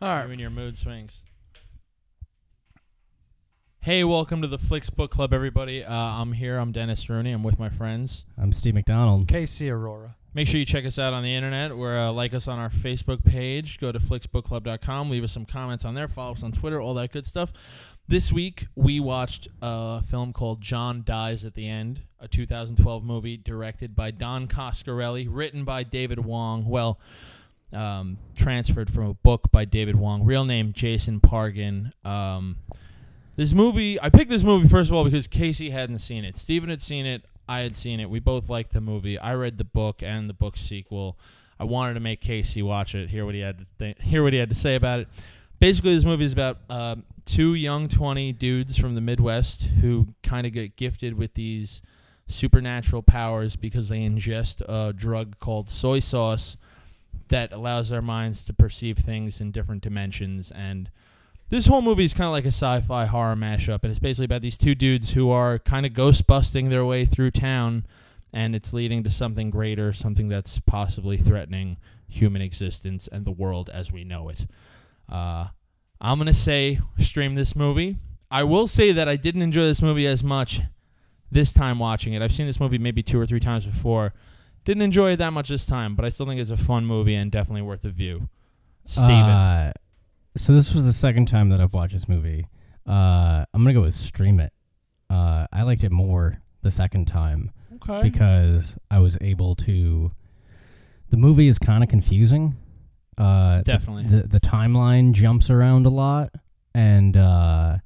All right. You and your mood swings. Hey, welcome to the Flicks Book Club, everybody. Uh, I'm here. I'm Dennis Rooney. I'm with my friends. I'm Steve McDonald. Casey Aurora. Make sure you check us out on the internet. Or uh, like us on our Facebook page. Go to flicksbookclub.com. Leave us some comments on there. Follow us on Twitter. All that good stuff. This week we watched a film called John Dies at the End, a 2012 movie directed by Don Coscarelli, written by David Wong. Well, um, transferred from a book by David Wong. Real name Jason Pargan. Um, this movie, I picked this movie first of all because Casey hadn't seen it. Steven had seen it. I had seen it. We both liked the movie. I read the book and the book sequel. I wanted to make Casey watch it, hear what he had to think, hear what he had to say about it. Basically, this movie is about um two young twenty dudes from the Midwest who kind of get gifted with these supernatural powers because they ingest a drug called soy sauce that allows our minds to perceive things in different dimensions and this whole movie is kind of like a sci-fi horror mashup and it's basically about these two dudes who are kind of ghost busting their way through town and it's leading to something greater something that's possibly threatening human existence and the world as we know it uh, i'm going to say stream this movie i will say that i didn't enjoy this movie as much this time watching it i've seen this movie maybe two or three times before didn't enjoy it that much this time but i still think it's a fun movie and definitely worth a view steven Uh, so this was the second time that I've watched this movie. Uh, I'm gonna go with stream it. Uh, I liked it more the second time okay because I was able to. The movie is kind of confusing. Uh, the- Definitely. The, the timeline jumps around a lot, and uh,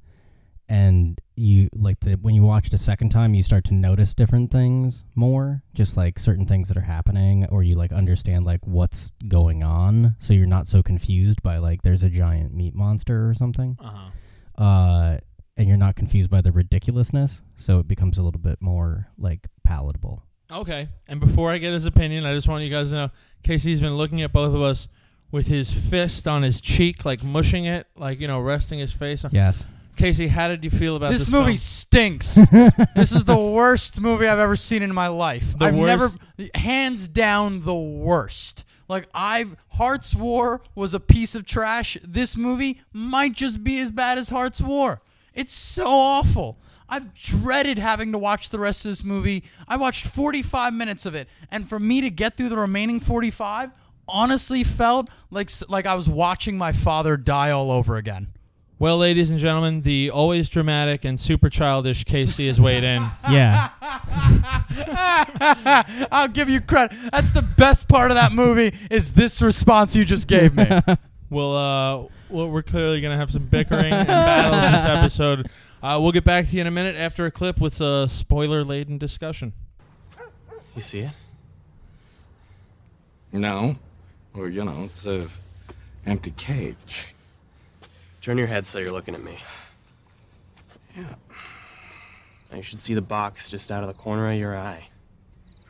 and you like the when you watch it a second time, you start to notice different things more, just like certain things that are happening, or you like understand like what's going on, so you're not so confused by like there's a giant meat monster or something, uh-huh uh, and you're not confused by the ridiculousness, so it becomes a little bit more like palatable. Okay. And before I get his opinion, I just want you guys to know Casey's been looking at both of us with his fist on his cheek, like mushing it, like, you know, resting his face on. Yes. Casey, how did you feel about this? This movie film? stinks. this is the worst movie I've ever seen in my life. The I've worst? never, hands down, the worst. Like I've Hearts War was a piece of trash. This movie might just be as bad as Hearts War. It's so awful. I've dreaded having to watch the rest of this movie. I watched 45 minutes of it, and for me to get through the remaining 45, honestly felt like s- like I was watching my father die all over again. Well, ladies and gentlemen, the always dramatic and super childish Casey is weighed in. Yeah. I'll give you credit. That's the best part of that movie is this response you just gave me. We'll, uh, well, we're clearly going to have some bickering and battles this episode. Uh, we'll get back to you in a minute after a clip with a spoiler laden discussion. You see it? No. Well, you know, it's a empty cage. Turn your head so you're looking at me. Yeah. Now you should see the box just out of the corner of your eye.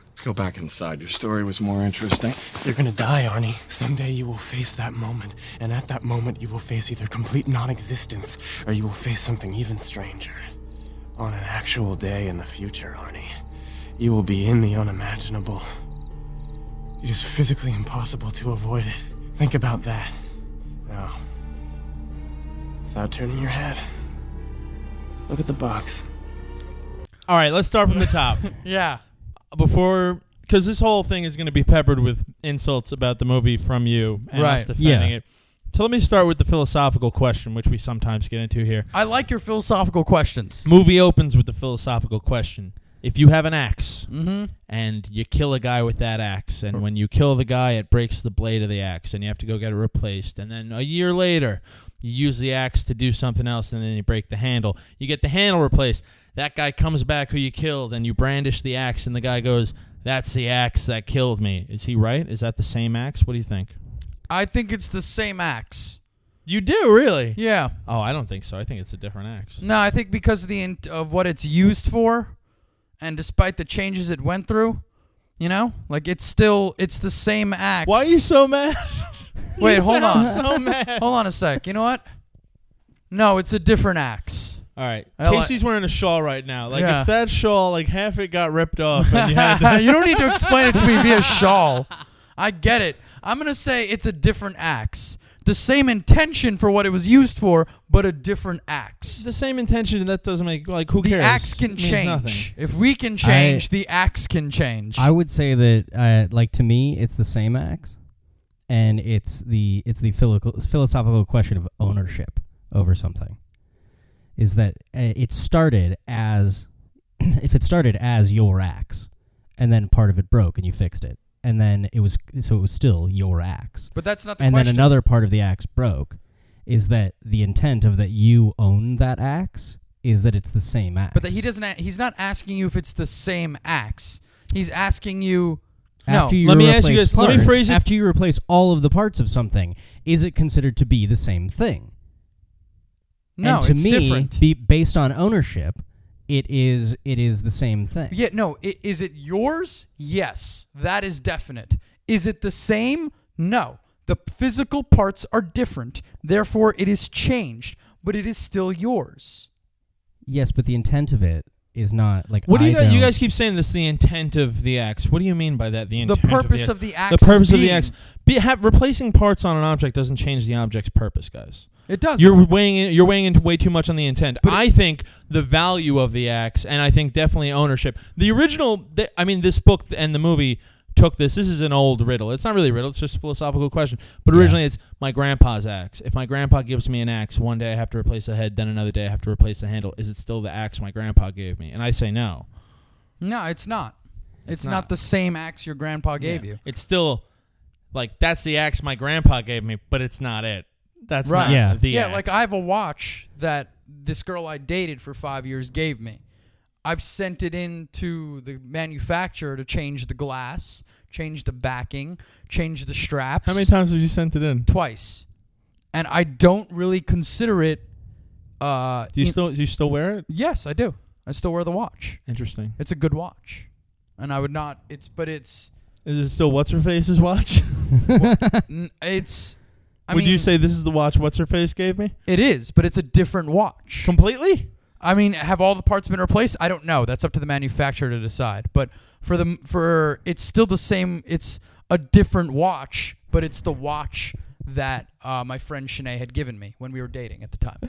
Let's go back inside. Your story was more interesting. You're gonna die, Arnie. Someday you will face that moment, and at that moment you will face either complete non existence or you will face something even stranger. On an actual day in the future, Arnie, you will be in the unimaginable. It is physically impossible to avoid it. Think about that. Now, without turning your head, look at the box. All right, let's start from the top. yeah. before because this whole thing is going to be peppered with insults about the movie from you and us Right. defending Yeah. it. So let me start with the philosophical question, which we sometimes get into here. I like your philosophical questions. Movie opens with the philosophical question: If you have an ax and you kill a guy with that axe, and when you kill the guy, it breaks the blade of the axe, and you have to go get it replaced, and then a year later, you use the axe to do something else, and then you break the handle. You get the handle replaced. That guy comes back who you killed, and you brandish the axe, and the guy goes, "That's the axe that killed me." Is he right? Is that the same axe? What do you think? I think it's the same axe. You do really? Yeah. Oh, I don't think so. I think it's a different axe. No, I think because of the int- of what it's used for, and despite the changes it went through, you know, like it's still it's the same axe. Why are you so mad? Wait, hold on. so mad. hold on a sec. You know what? No, it's a different axe. All right. I like- Casey's wearing a shawl right now. Like Yeah. if that shawl, like half it got ripped off, and you had to, you don't need to explain it to me via shawl. I get it. I'm gonna say it's a different axe. the same intention for what it was used for, but a different axe. the same intention, and that doesn't make like who The cares? axe can It means nothing. change. If we can change, I- the axe can change. I would say that, uh, like to me, it's the same axe, and it's the it's the philo- philosophical question of ownership over something. Is that uh, it started as if it started as your axe, and then part of it broke and you fixed it, and then it was so it was still your axe, but that's not the and question. then another part of the axe broke. Is that the intent of that you own that axe? Is that it's the same axe? but that he doesn't. A- he's not asking you if it's the same axe. He's asking you. No, After you let me replace ask you this. Let me parts, phrase it- After you replace all of the parts of something, is it considered to be the same thing? no, and to it's me, different. Be, based on ownership, it is it is the same thing. Yeah, no. i- Is it yours? Yes, that is definite. Is it the same? No. The physical parts are different. Therefore, it is changed, but it is still yours. Yes, but the intent of it is not like What do you I guys? You don't- guys keep saying this. The intent of the axe. What do you mean by that? The The intent purpose of of the axe. axe. the purpose is of the being- axe. Be, have, replacing parts on an object doesn't change the object's purpose, guys. It does. You're weighing in, you're weighing into way too much on the intent. But it- I think the value of the axe, and I think definitely ownership. The original, th- I mean, this book and the movie took this. This is an old riddle. It's not really a riddle. It's just a philosophical question. But originally, it's my grandpa's axe. If my grandpa gives me an axe, one day I have to replace the head. Then another day I have to replace the handle. Is it still the axe my grandpa gave me? And I say no. no, it's not. It's, not. not. the same axe your grandpa gave Yeah. you. It's still like that's the axe my grandpa gave me, but it's not it. That's Right. not Yeah. the yeah, axe. like I have a watch that this girl I dated for five years gave me. I've sent it in to the manufacturer to change the glass, change the backing, change the straps. How many times have you sent it in? Twice. And I don't really consider it. Uh, Do you in- still do you still wear it? yes, I do. I still wear the watch. Interesting. It's a good watch, and I would not. It's but it's Is it still what's her face's watch? n- it's. I Would you mean, say this is the watch what's her face gave me? it is? But it's a different watch. Completely? I mean, have all the parts been replaced? I don't know. That's up to the manufacturer to decide. But for the for it's still the same. It's a different watch, but it's the watch that uh, my friend Shanae had given me when we were dating at the time.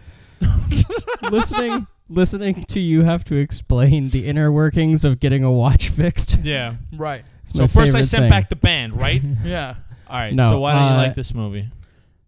listening listening to you have to explain the inner workings of getting a watch fixed. Yeah. Right. It's my So first I favorite sent thing. back the band, right? Yeah. All right. No, so why don't you uh, like this movie?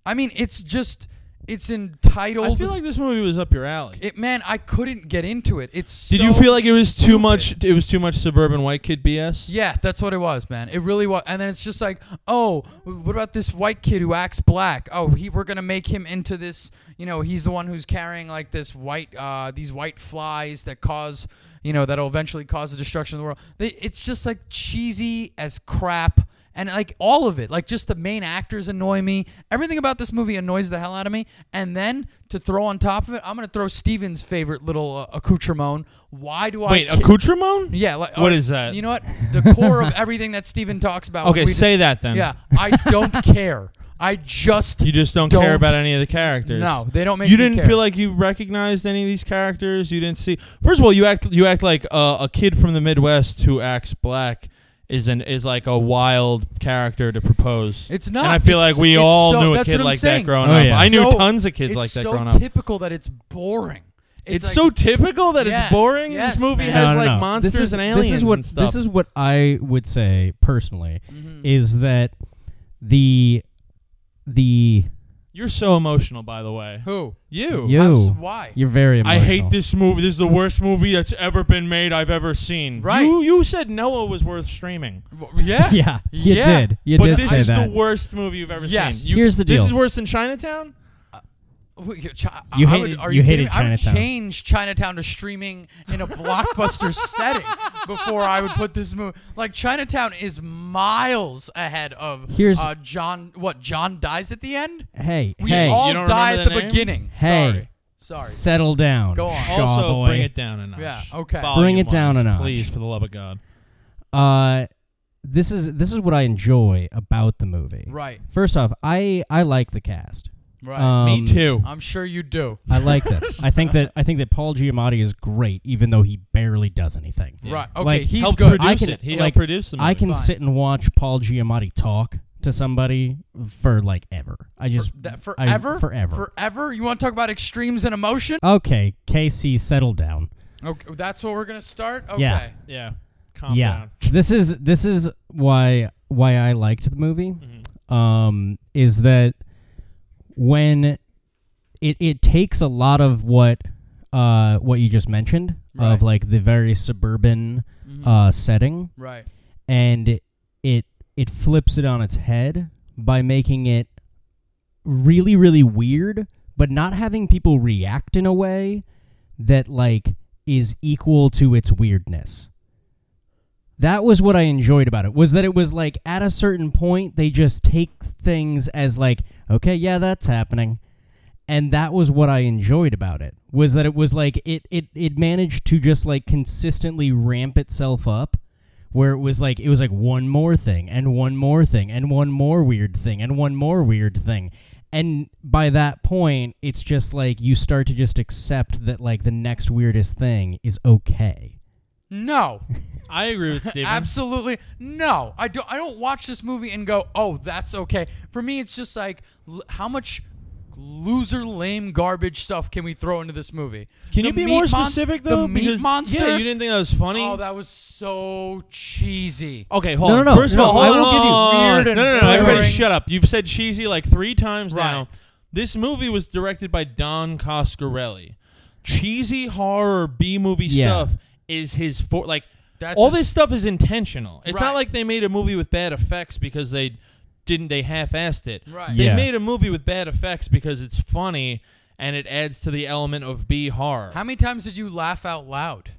I mean, it's just it's I entitled. feel like this movie was up your alley. it, man, I couldn't get into it. It's. Did so you feel like it was too stupid. much it was too much suburban white kid BS? Yeah, that's what it was, man. It really was. And then it's just like, oh, what about this white kid who acts black? Oh, he, we're gonna make him into this. You know, he's the one who's carrying like this white, uh, these white flies that cause, you know, that'll eventually cause the destruction of the world. They, it's just like cheesy as crap. And like all of it, like just the main actors annoy me. Everything about this movie annoys the hell out of me. And then to throw on top of it, I'm gonna throw Steven's favorite little uh, accoutrement. Why do I Wait, ca- accoutrement? yeah, like What uh, is that? You know what? The core of everything that Steven talks about. Okay, we say just- that then. Yeah, I don't care. I just You just don't, care Don't- about any of the characters. No, they don't make You me didn't care. feel like you recognized any of these characters. You didn't see. First of all, you act you act like uh, a kid from the Midwest who acts black is an is like a wild character to propose. It's not. And I feel It's- like we it's all so- knew a that's kid what I'm like saying. that growing Oh, up. yeah. I knew so- tons of kids it's like that so growing up. typical that it's boring. It's, like- so typical that Yeah. it's boring. Yes, this movie man. has No, no, like no. monsters this is, and aliens This is what and stuff. Mm-hmm. this is what I would say personally is that the the You're so emotional, by the way. who You. you I'm s- why? you're very emotional. I hate this movie. This is the worst movie that's ever been made. I've ever seen. Right. You you said Noah was worth streaming. Yeah. Yeah, you Yeah, did. You but did this say is that. the worst movie you've ever Yes. seen. You- Here's the This deal. is worse than Chinatown. Wh- you chi- I- You I hated- would, are you kidding me? hated I would Chinatown. change Chinatown to streaming in a blockbuster setting before I would put this movie. Like Chinatown is miles ahead of Here's- uh, John. What John dies at the end? hey, We hey, all You don't die at remember the the name? beginning. Hey. Sorry. Sorry. settle down. Go on. Shaw also, boy. bring it down a notch. Yeah, okay. Bring it down Volume-wise, a notch. please, for the love of God. Uh, this is this is what I enjoy about the movie. Right. First off, I I like the cast. Right. Um, Me too. I'm sure you do. I like them. I think that I think that Paul Giamatti is great, even though he barely does anything. Right. Okay. Like, he's helped good. produce I can- it. He like, helped produce the movie. I can Fine. sit and watch Paul Giamatti talk to somebody for like ever. I just That I- forever, forever. forever. You want to talk about extremes in emotion? okay, Casey, settle down. Okay, that's what we're gonna start. Okay. Yeah. Yeah. Calm yeah, down. this is this is why why I liked the movie. Mm-hmm. Um, is that when it it takes a lot of what uh what you just mentioned Right. of like the very suburban Mm-hmm. uh setting Right. and it, it it flips it on its head by making it really really weird but not having people react in a way that like is equal to its weirdness that was what i enjoyed about it was that it was like at a certain point they just take things as like okay yeah that's happening and that was what i enjoyed about it was that it was like it it, it managed to just like consistently ramp itself up where it was like it was like one more thing and one more thing and one more weird thing and one more weird thing and by that point it's just like you start to just accept that like the next weirdest thing is okay No. I agree with Steven. Absolutely no. I do. I don't watch this movie and go, "Oh, that's okay." For me, it's just like, l- how much loser, lame, garbage stuff can we throw into this movie? Can The you be meat more monst- specific though? The meat Because- monster. Yeah, you didn't think that was funny. Oh, that was so cheesy. Okay, hold No, on. no, no. First No, of all, I hold will on. give you weird and Oh, no, no, no. Everybody, boring- shut up. You've said cheesy like three times Right. now. This movie was directed by Don Coscarelli. Cheesy horror B movie Yeah. stuff is his for like. That's all his- this stuff is intentional. It's Right. not like they made a movie with bad effects because they didn't they half-assed it. Right. They Yeah. made a movie with bad effects because it's funny and it adds to the element of B horror. How many times did you laugh out loud?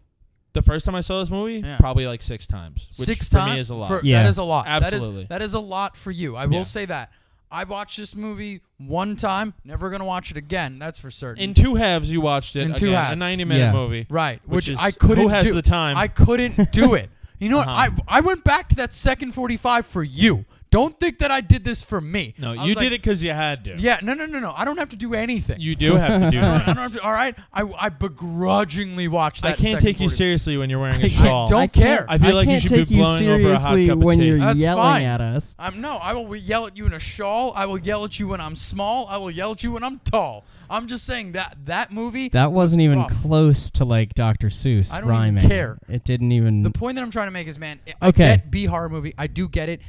the first time I saw this movie, Yeah. probably like six times, which Six for times me is a lot. for- Yeah. that is a lot. That is- Absolutely. that is a lot for you. I Yeah. will say that. I watched this movie one time. Never gonna watch it again. That's for certain. In two halves, you watched it. In two again, halves. a ninety-minute Yeah. movie, Right, which, Which, is, I couldn't. Who has do. the time? I couldn't do it. You know Uh-huh. what? I I went back to that second forty-five for you. Don't think that I did this for me. no, I you was did like, it because you had to. Yeah, no, no, no, no. I don't have to do anything. you do have to do I don't that. have to. All right, I, I begrudgingly watched that. I can't second take you 45. seriously when you're wearing I a shawl. don't care. I feel like you can't should be take you blowing over a hot seriously cup of when tea. you're That's yelling fine. at us I'm no. I will yell at you in a shawl. I will yell at you when I'm small. I will yell at you when I'm tall. I'm just saying that that movie. that wasn't even rough. close to like dr seuss I don't even rhyming care. it didn't even The point that I'm trying to make is, man, I Okay. get B horror movie. I do get it.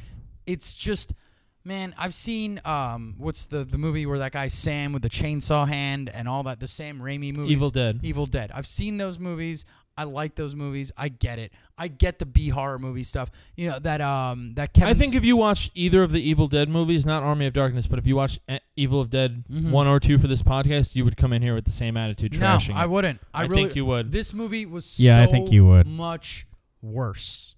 It's just, man, I've seen um, what's the the movie where that guy Sam with the chainsaw hand and all that. The Sam Raimi movies. Evil Dead. Evil Dead. I've seen those movies. I like those movies. I get it. I get the B horror movie stuff. You know that um that Kevin. I think if you watch either of the Evil Dead movies, not Army of Darkness, but if you watch eh, Evil of Dead one or two for this podcast, you would come in here with the same attitude, Mm-hmm. no, trashing. I it. wouldn't. I, I really, think you would. This movie was Yeah, I so think you would. much worse.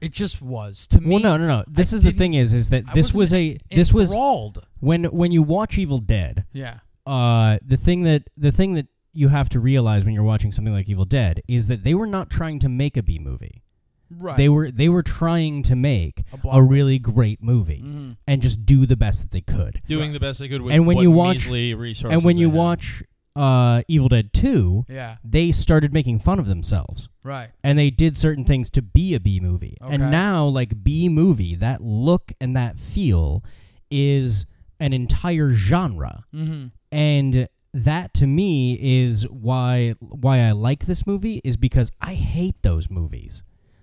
It just was to me. well no no no this is the didn't- thing is is that I this was a wasn't this was enthralled. when when you watch evil dead Yeah. uh, the thing that the thing that you have to realize when you're watching something like Evil Dead is that they were not trying to make a B movie. Right. They were they were trying to make A a, blockbuster. Mm-hmm. really great movie and just do the best that they could. Doing the best I could with And when what you watch- measly resources. And when I you had. watch uh, Evil Dead Two, Yeah. they started making fun of themselves Right. and they did certain things to be a B movie. Okay. And now, like B movie, that look and that feel is an entire genre, Mm-hmm. and that to me is why why I like this movie is because I hate those movies.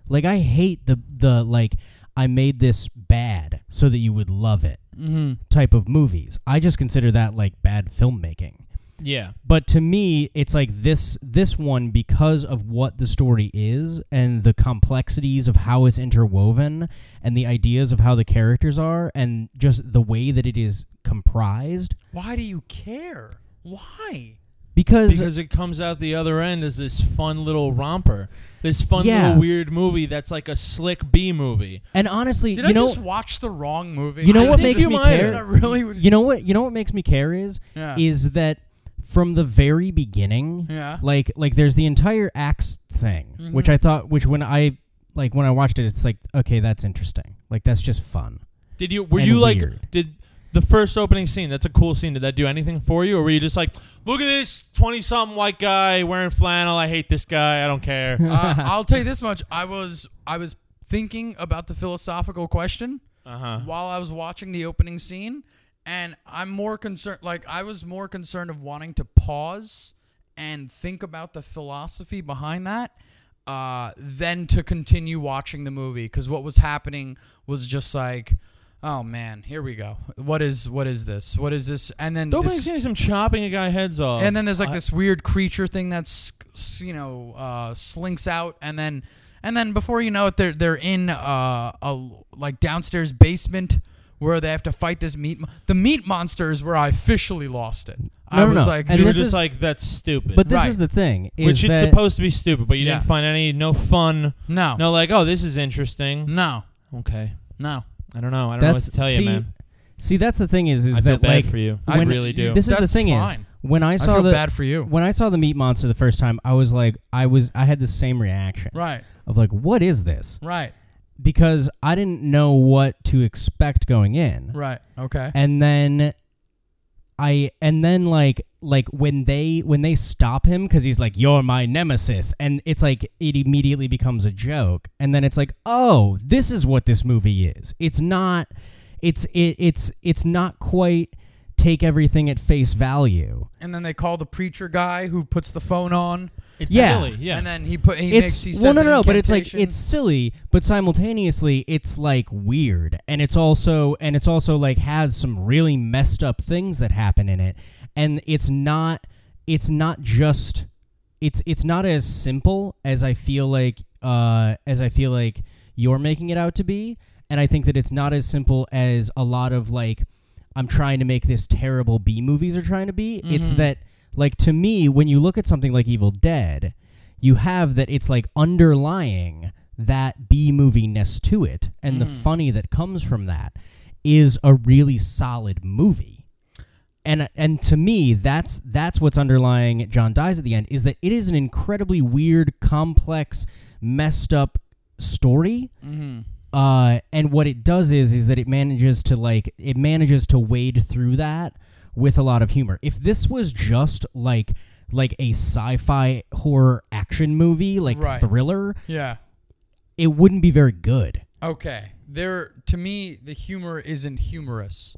Like I hate the the like I made this bad so that you would love it Mm-hmm. type of movies. I just consider that like bad filmmaking yeah, but to me it's like this this one because of what the story is and the complexities of how it's interwoven and the ideas of how the characters are and just the way that it is comprised Why do you care? Why? because, because it comes out the other end as this fun little romper, this fun Yeah. little weird movie that's like a slick B movie. and honestly Did you I know just watch the wrong movie? you know I what think makes you me might have. care I really would. you know what you know what makes me care is Yeah. is that from the very beginning Yeah. Mm-hmm. like like there's the entire axe thing which i thought which when i like when i watched it it's like okay that's interesting like that's just fun Did you were and you like weird. did the first opening scene? That's a cool scene. Did that do anything for you, or were you just like, look at this twenty-something white guy wearing flannel? I hate this guy. I don't care. uh, I'll tell you this much: I was I was thinking about the philosophical question, Uh-huh. while I was watching the opening scene, and I'm more concerned. Like I was more concerned of wanting to pause and think about the philosophy behind that, uh, than to continue watching the movie because what was happening was just like. Oh man, here we go. What is what is this? What is this? And then The opening this scene is him chopping a guy heads off. Um, and then there's like I- this weird creature thing that's s- you know uh, slinks out, and then and then before you know it, they're they're in uh, a like downstairs basement where they have to fight this meat. Mo- the meat monster is where I officially lost it. I No, no, was no. like, And You were this this just is is- like, that's stupid. But this Right. is the thing. Is Which it's that, supposed to be stupid, but you Yeah. didn't find any, no fun, no, no, no like, oh, this is interesting. no, Okay. no. I don't know. I don't know what Mm. That's to tell you, see, man. See, that's the thing is, is I feel that bad like for you. I I when- really do. This is the That's thing is fine. when I I, saw feel the bad for you. when I saw the meat monster the first time, I was like, I was, I had the same reaction Right, of like, what is this? right, Because I didn't know what to expect going in, right. Okay. and then I, and then like, like when they when they stop him because he's like, you're my nemesis, and it's like it immediately becomes a joke, and then it's like, oh, this is what this movie is. It's not, it's it, it's it's not quite take everything at face value. And then they call the preacher guy who puts the phone on, it's yeah. silly. Yeah. and then he put he makes he says well, no, an no, no, but it's like incantation. it's silly, but simultaneously it's like weird, and it's also and it's also like has some really messed up things that happen in it, and it's not it's not just it's it's not as simple as I feel like uh as I feel like you're making it out to be, and I think that it's not as simple as a lot of like I'm trying to make this terrible B movies are trying to be. It's Mhm. that like to me when you look at something like Evil Dead you have that it's like underlying that B movie ness to it and the Mhm. funny that comes from that is a really solid movie. And and to me that's that's what's underlying John Dies at the end is that it is an incredibly weird, complex, messed up story. Mhm. Uh, and what it does is is that it manages to like it manages to wade through that with a lot of humor. If this was just like like a sci-fi horror action movie, like Right. thriller, yeah. it wouldn't be very good. Okay. There to me the humor isn't humorous.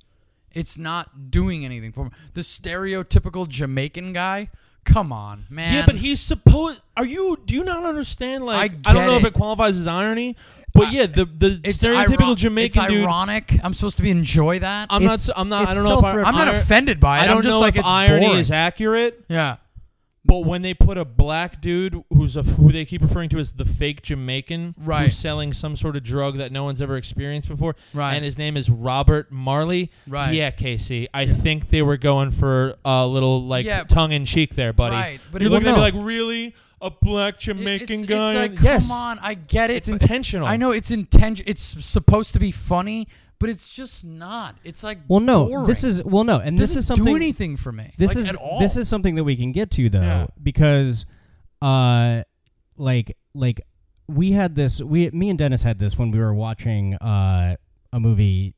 It's not doing anything for me. The stereotypical Jamaican guy? Come on, man. yeah, but he's supposed. Are you? Do you not understand? Like, I I, don't get know if it. it qualifies as irony, but I- yeah, the the it's stereotypical iro- Jamaican it's dude. ironic. I'm supposed to be enjoy that. I'm I'm, not. It's- s- I'm not. I it's don't know if ir- self-referent. not ir- offended by it. I don't am just know like if it's irony boring. is accurate. yeah. But when they put a black dude who's a, who they keep referring to as the fake Jamaican, Right. who's selling some sort of drug that no one's ever experienced before, Right. and his name is Robert Marley. Right. Yeah, Casey. I think they were going for a little like Yeah, but- tongue in cheek there, buddy. Right, but You're it's- looking at me Well, like, really, a black It- Jamaican it's, guy? It's like, yes. come on, I get it. It's but- intentional. I know it's intention. It's supposed to be funny, but it's just not. It's like Well, no, boring. this is well, no, and Doesn't this is something. do anything for me. this like, is at all. this is something that we can get to though Yeah. because uh like like we had this we me and Dennis had this when we were watching uh a movie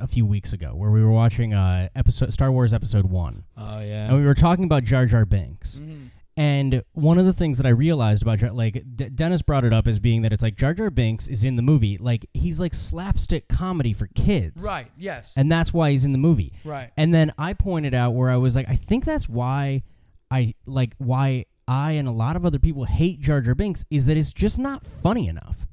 a few weeks ago where we were watching uh episode Star Wars episode 1 Oh yeah. and we were talking about Jar Jar Binks Mhm. and one of the things that I realized about Jar, like D- Dennis brought it up as being that it's like Jar Jar Binks is in the movie like he's like slapstick comedy for kids Right. Yes. and that's why he's in the movie right. and then I pointed out where I was like, I think that's why I like why I and a lot of other people hate Jar Jar Binks is that it's just not funny enough.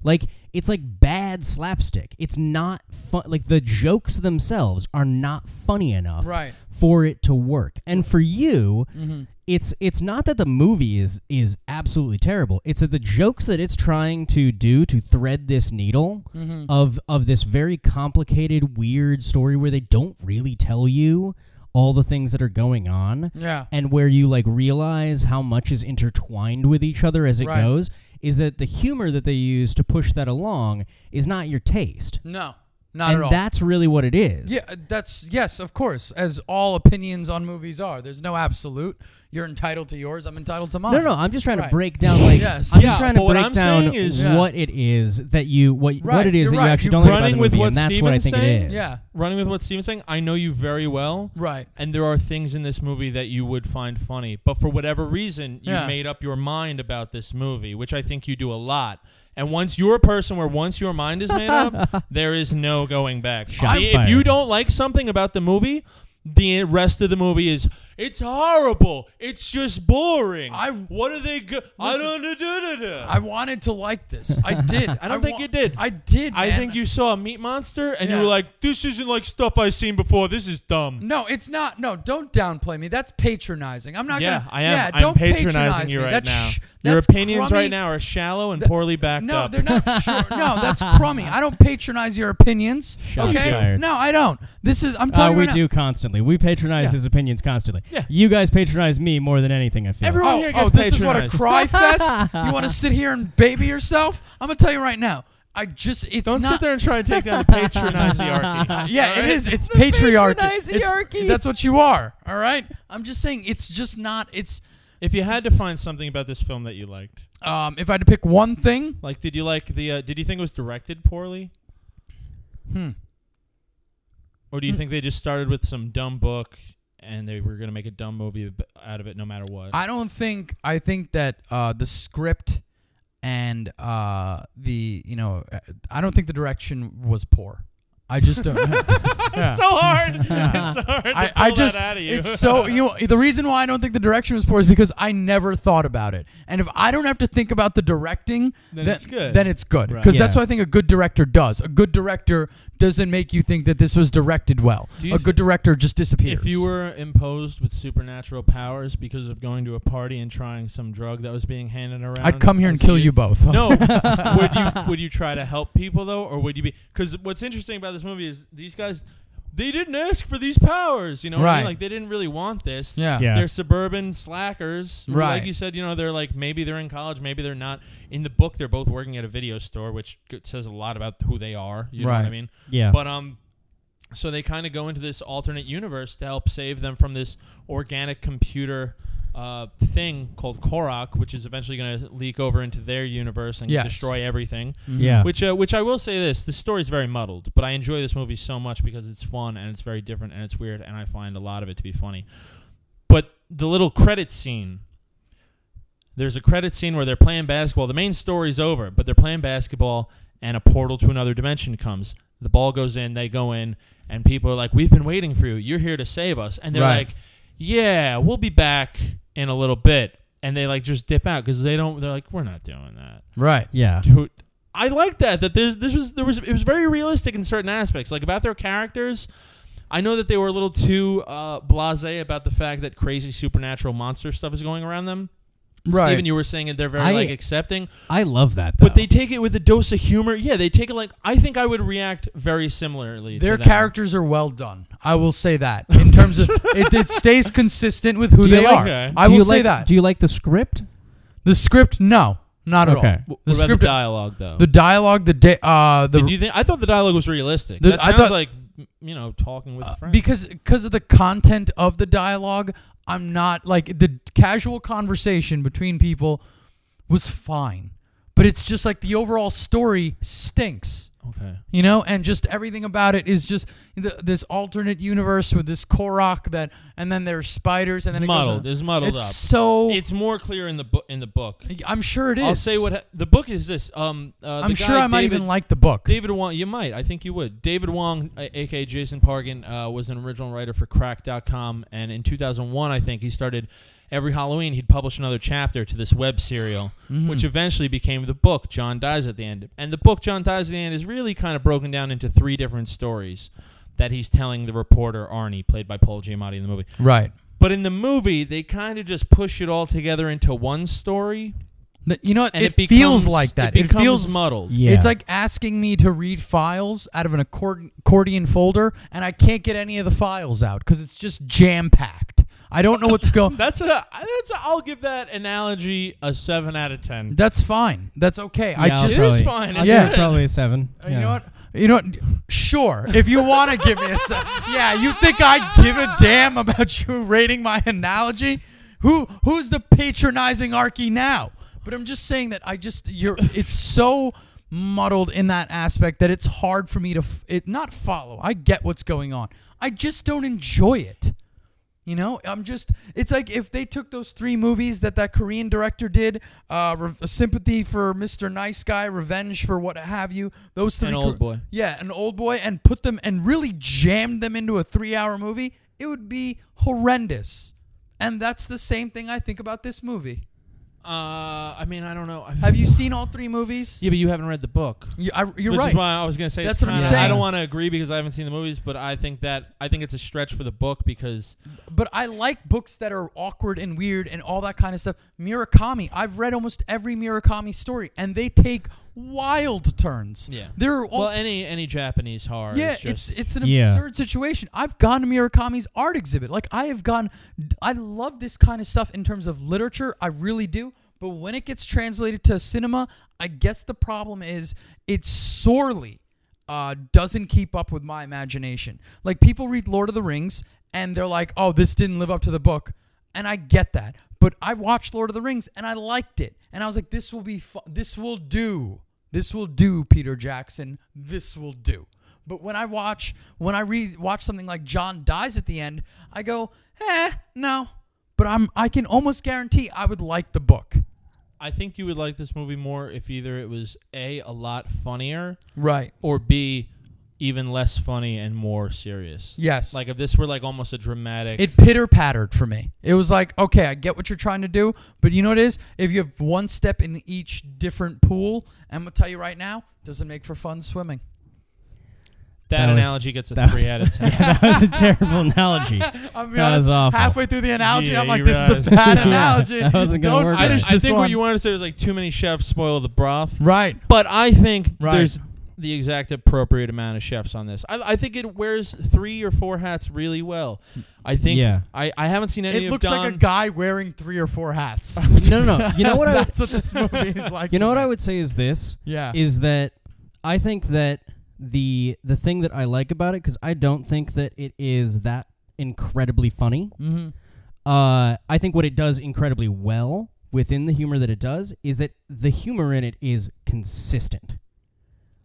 Like it's like bad slapstick. It's not fun. Like the jokes themselves are not funny enough Right. for it to work. And for you, Mhm. it's it's not that the movie is is absolutely terrible. It's that the jokes that it's trying to do to thread this needle Mm-hmm. of of this very complicated, weird story where they don't really tell you all the things that are going on Yeah. and where you like realize how much is intertwined with each other as it Right. goes is that the humor that they use to push that along is not your taste. No. Not and at all. that's really what it is. yeah, uh, that's yes, of course, as all opinions on movies are. There's no absolute. You're entitled to yours. I'm entitled to mine. No, no, I'm just trying Right. to break down like Yes. I'm Yeah, just trying to but what break I'm down saying is- Yeah. what it is that you what Right, what it is you're that right. you actually You- don't like about running the with movie, what and that's what I Steven's think saying? it is. Yeah. Running with what Steven's saying, I know you very well. Right. and there are things in this movie that you would find funny but for whatever reason you Yeah. made up your mind about this movie which i think you do a lot And once you're a person where once your mind is made up, there is no going back. Shots if fired. you don't like something about the movie, the rest of the movie is it's horrible. It's just boring. I- what are they? Go- I don't do do do. do." I wanted to like this. I did. I don't think wa- you did. I did. I man. think you saw a meat monster and Yeah. you were like, "This isn't like stuff I've seen before. This is dumb." No, it's not. No, don't downplay me. That's patronizing. I'm not yeah, gonna. I am. Yeah, I'm don't patronizing patronize you me. right that's now. sh- Your that's opinions crummy- right now are shallow and Th- poorly backed No, up. they're not sure. No, that's crummy. I don't patronize your opinions. Shots okay? fired. No, I don't. This is. I'm Uh, telling you we right do constantly. We patronize Yeah. his opinions constantly. Yeah. You guys patronize me more than anything, I feel. Everyone- Now. here Oh, gets oh, this is what a patronized. cry fest. you want to sit here and baby yourself? I'm gonna tell you right now. I just. It's Don't not. sit there and try to take down the patroniziarchy. Yeah, All it right? is. It's patriarchy. patroniziarchy. It's, that's what you are. All right. I'm just saying. It's just not. It's. If you had to find something about this film that you liked, Um, if I had to pick one thing, like, did you like the? Uh, did you think it was directed poorly? Hmm. Or do Mm. you think they just started with some dumb book and they were going to make a dumb movie ab- out of it, no matter what? I don't think I think that uh, the script and uh, the you know uh, I don't think the direction was poor. I just don't. Yeah. so hard. it's so hard to I, pull I just that out of you. it's so you know, the reason why I don't think the direction was poor is because I never thought about it. And if I don't have to think about the directing, Then it's good. Then it's good Right. because that's Yeah. what I think a good director does. A good director doesn't make you think that this was directed well. Do you A good director just disappears. If you were imposed with supernatural powers because of going to a party and trying some drug that was being handed around, I'd come here and as a kill youth- you both. No, would you would you try to help people though, or would you be? Because what's interesting about this movie is these guys, they didn't ask for these powers. You know, what I mean? Right. Like they didn't really want this. yeah. Yeah. They're suburban slackers. who, Right. Like you said, you know, they're like maybe they're in college, maybe they're not. In the book, they're both working at a video store, which g- says a lot about who they are. You know what I Right. mean? yeah. But um, so they kind of go into this alternate universe to help save them from this organic computer uh, thing called Korok, which is eventually going to leak over into their universe and Yes. destroy everything. yeah. Which, uh, which I will say this: the story is very muddled, but I enjoy this movie so much because it's fun and it's very different and it's weird, and I find a lot of it to be funny. But the little credit scene. There's a credit scene where they're playing basketball. The main story's over, but they're playing basketball, and a portal to another dimension comes. The ball goes in, they go in, and people are like, "We've been waiting for you. You're here to save us." And they're Right. like, "Yeah, we'll be back in a little bit." And they like just dip out because they don't. They're like, "We're not doing that." Right. yeah. Dude, I like that. That there's this was there was it was very realistic in certain aspects, like about their characters. I know that they were a little too uh, blasé about the fact that crazy supernatural monster stuff is going around them. Right. Steven, you were saying that they're very I- like accepting, I love that. Though. but they take it with a dose of humor. Yeah, they take it like I think I would react very similarly. to Their that. characters are well done. I will say that in terms of it, it stays consistent with who Do you they like are. that? I do will you say like, that Do you like the script? the script, no, not at Okay. all. What about script- the dialogue though? The dialogue, the da- uh, the Did you think I thought the dialogue was realistic? The- that I sounds thought- Uh, like you know talking with a friend. because because of the content of the dialogue, I'm not like the casual conversation between people was fine, but it's just like the overall story stinks. okay. you know and just everything about it is just th- this alternate universe with this korok that and then there's spiders and then It's it goes muddled. on. It's muddled it's up. so It's more clear in the book. In the book, i'm sure it is I'll say what ha- the book is. This, um, uh, the i'm guy, sure i might David, even like the book David Wong. You might. I think you would. David Wong, a- aka Jason Pargan, uh, was an original writer for Crack.com, and in 2001, I think he started. Every Halloween, he'd publish another chapter to this web serial, Mm-hmm. which eventually became the book John Dies at the End. And the book John Dies at the End is really kind of broken down into three different stories that he's telling the reporter Arnie, played by Paul Giamatti in the movie. right But in the movie, they kind of just push it all together into one story, Th- you know what? and it, it, feels becomes- like that It, it, becomes feels muddled. Yeah. It's like asking me to read files out of an accord- accordion folder, and I can't get any of the files out because it's just jam packed. I don't know what's going. That's a that's a, I'll give that analogy a seven out of ten. That's fine. That's okay. I Yeah, I'll just It is probably- fine, I'll it's give it good. probably a seven. You Yeah. know what? You know what? Sure, if you want to give me a, se- yeah, you think I give a damn about you rating my analogy? Who who's the patronizing archy now? But I'm just saying that I just you're it's so muddled in that aspect that it's hard for me to f- it not follow. I get what's going on. I just don't enjoy it. You You know, I'm just. It's like if they took those three movies that that Korean director did, uh, Re- Sympathy for Mr. Nice Guy, Revenge for what have you, those three. And Old Boy. Yeah, an old boy, and put them and really jammed them into a three-hour movie. It would be horrendous. And that's the same thing I think about this movie. Uh, I mean, I don't know. Have you seen all three movies? Yeah, but you haven't read the book. You, I, you're which right. is why I was gonna say it's That's what I'm kinda- I saying. don't want to agree because I haven't seen the movies, but I think that I think it's a stretch for the book because but I like books that are awkward and weird and all that kind of stuff. Murakami, I've read almost every Murakami story, and they take wild turns. yeah, there are also well any any Japanese horror. yeah, is it's just, it's an Yeah. absurd situation. I've gone to Murakami's art exhibit. Like I have gone. I love this kind of stuff in terms of literature. I really do. But when it gets translated to cinema, I guess the problem is it sorely uh, doesn't keep up with my imagination. Like people read Lord of the Rings and they're like, "Oh, this didn't live up to the book," and I get that. But I watched Lord of the Rings and I liked it, and I was like, "This will be fu- this will do." This will do, Peter Jackson. This will do. But when I watch when I re watch something like John dies at the end, I go, eh, no. But I'm I can almost guarantee I would like the book. I think you would like this movie more if either it was a a lot funnier Right. or b even less funny and more serious. Yes. Like if this were like almost a dramatic. it pitter pattered for me. It was like, okay, I get what you're trying to do, but you know what it is? If you have one step in each different pool, I'm gonna tell you right now, doesn't make for fun swimming. that, That was- analogy gets a that three was- out of ten. that was a terrible analogy. I'll be That honest, was awful. halfway through the analogy, Yeah, I'm like, you this is realize- a bad analogy. That wasn't gonna Don't work. I, finish I this think one. what you wanted to say was like too many chefs spoil the broth. right. But I think Right. there's the exact appropriate amount of chefs on this. I, I think it wears three or four hats really well. I think. Yeah. I, I haven't seen any It of looks like a Don- guy wearing three or four hats. no, no, no. You know what I? That's what this movie is like. You know to what me. I would say is this. Yeah. is that I think that the the thing that I like about it because I don't think that it is that incredibly funny. mm-hmm. Uh, I think what it does incredibly well within the humor that it does is that the humor in it is consistent.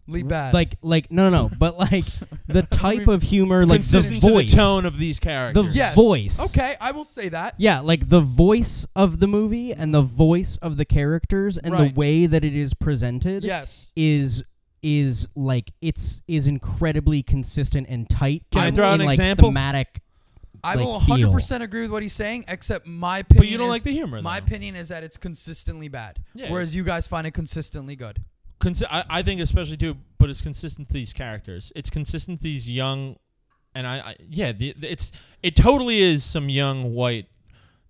Lee bad. Like like no no no, but like the type of humor, like the consistent to voice, the tone of these characters. Yes. voice. Okay, I will say that. Yeah, like the voice of the movie and the voice of the characters and Right. the way that it is presented Yes. is is like it's is incredibly consistent and tight. Can I in, throw out in, an like example? Thematic. I like, will 100% agree with what he's saying, except my opinion. But you don't is- like the humor. My though. opinion is that it's consistently bad, Yeah. whereas you guys find it consistently good. Consi- I, I think especially too, but it's consistent to these characters. It's consistent to these young, and I, I yeah, the, the- it's it totally is some young white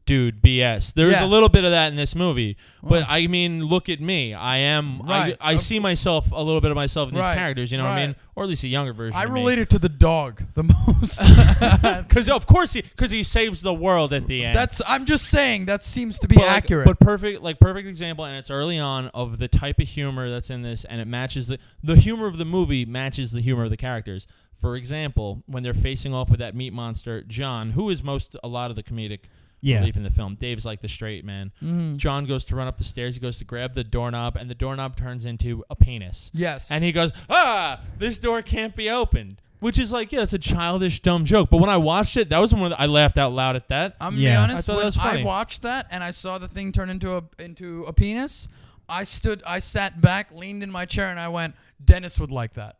dude BS. There's Yeah. Uh-huh. a little bit of that in this movie, but I mean, look at me. I am Right. I, I Of see myself a little bit of myself in these Right. characters. You know what I Right. mean? Or at least a younger version. I of me. related to the dog the most. because of course he because he saves the world at the end. That's. I'm just saying that seems to be like- accurate. but perfect, like perfect example, and it's early on of the type of humor that's in this, and it matches the the humor of the movie matches the humor of the characters. For example, when they're facing off with that meat monster, John, who is most a lot of the comedic Yeah. relief in the film. Dave's like the straight man. Mm-hmm. John goes to run up the stairs. He goes to grab the doorknob, and the doorknob turns into a penis. yes. And he goes, ah, this door can't be opened. Which is like, yeah, it's a childish, dumb joke. But when I watched it, that was one of the, I laughed out loud at that. I'm Yeah. gonna be I honest. thought that was when funny. I watched that and I saw the thing turn into a into a penis, I stood. I sat back, leaned in my chair, and I went. Dennis would like that.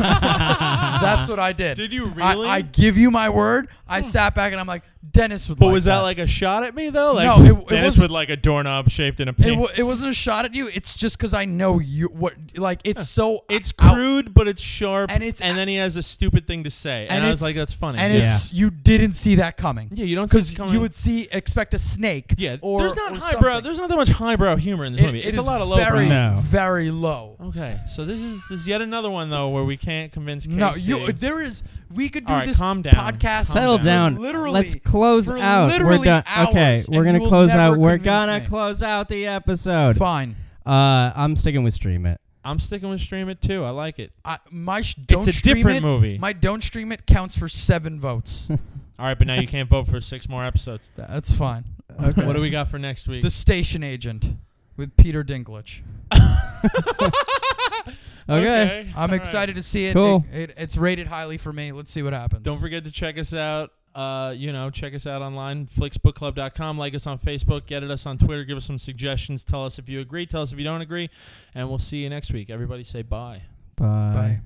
That's what I did. Did you I- really? I, give you my word. I sat back and I'm like, Dennis would. But like was that like a shot at me though? Like No, it- it Dennis wasn't- with like a doorknob shaped in a penis. It, wa- it wasn't a shot at you. It's just because I know you. What like it's so It's out- crude, but it's sharp, And it's- then he has a stupid thing to say, and, I was it's- like, "That's funny." And yeah. it's you didn't see that coming. yeah, you don't see Because this coming. you would see expect a snake. yeah. or there's not or highbrow. something. There's not that much highbrow humor in this It- movie. it it's a is lot of very, lowbrow. brow. No. very low. Okay, so this is this is yet another one though where we can't convince. Casey. No, you. uh, There is. We could do All right, this calm down. podcast. Calm Settle down. down. For Literally, Let's close for out. We're literally done. hours, okay, we're and gonna you will close never out. We're convince gonna me. close out the episode. Fine. Uh, I'm sticking with stream it. I'm sticking with stream it too. I like it. I, my sh- don't it's a stream different it, movie. My don't stream it counts for seven votes. All right, but now you can't vote for six more episodes. That's fine. What do we got for next week? The Station Agent with Peter Dinklage. Okay. I'm all right. excited to see it. Cool. It- it- It's rated highly for me. Let's see what happens. Don't forget to check us out. Uh, you know, check us out online, flicksbookclub.com. Like us on Facebook. Get at us on Twitter. Give us some suggestions. Tell us if you agree. Tell us if you don't agree. And we'll see you next week. Everybody say bye. Bye.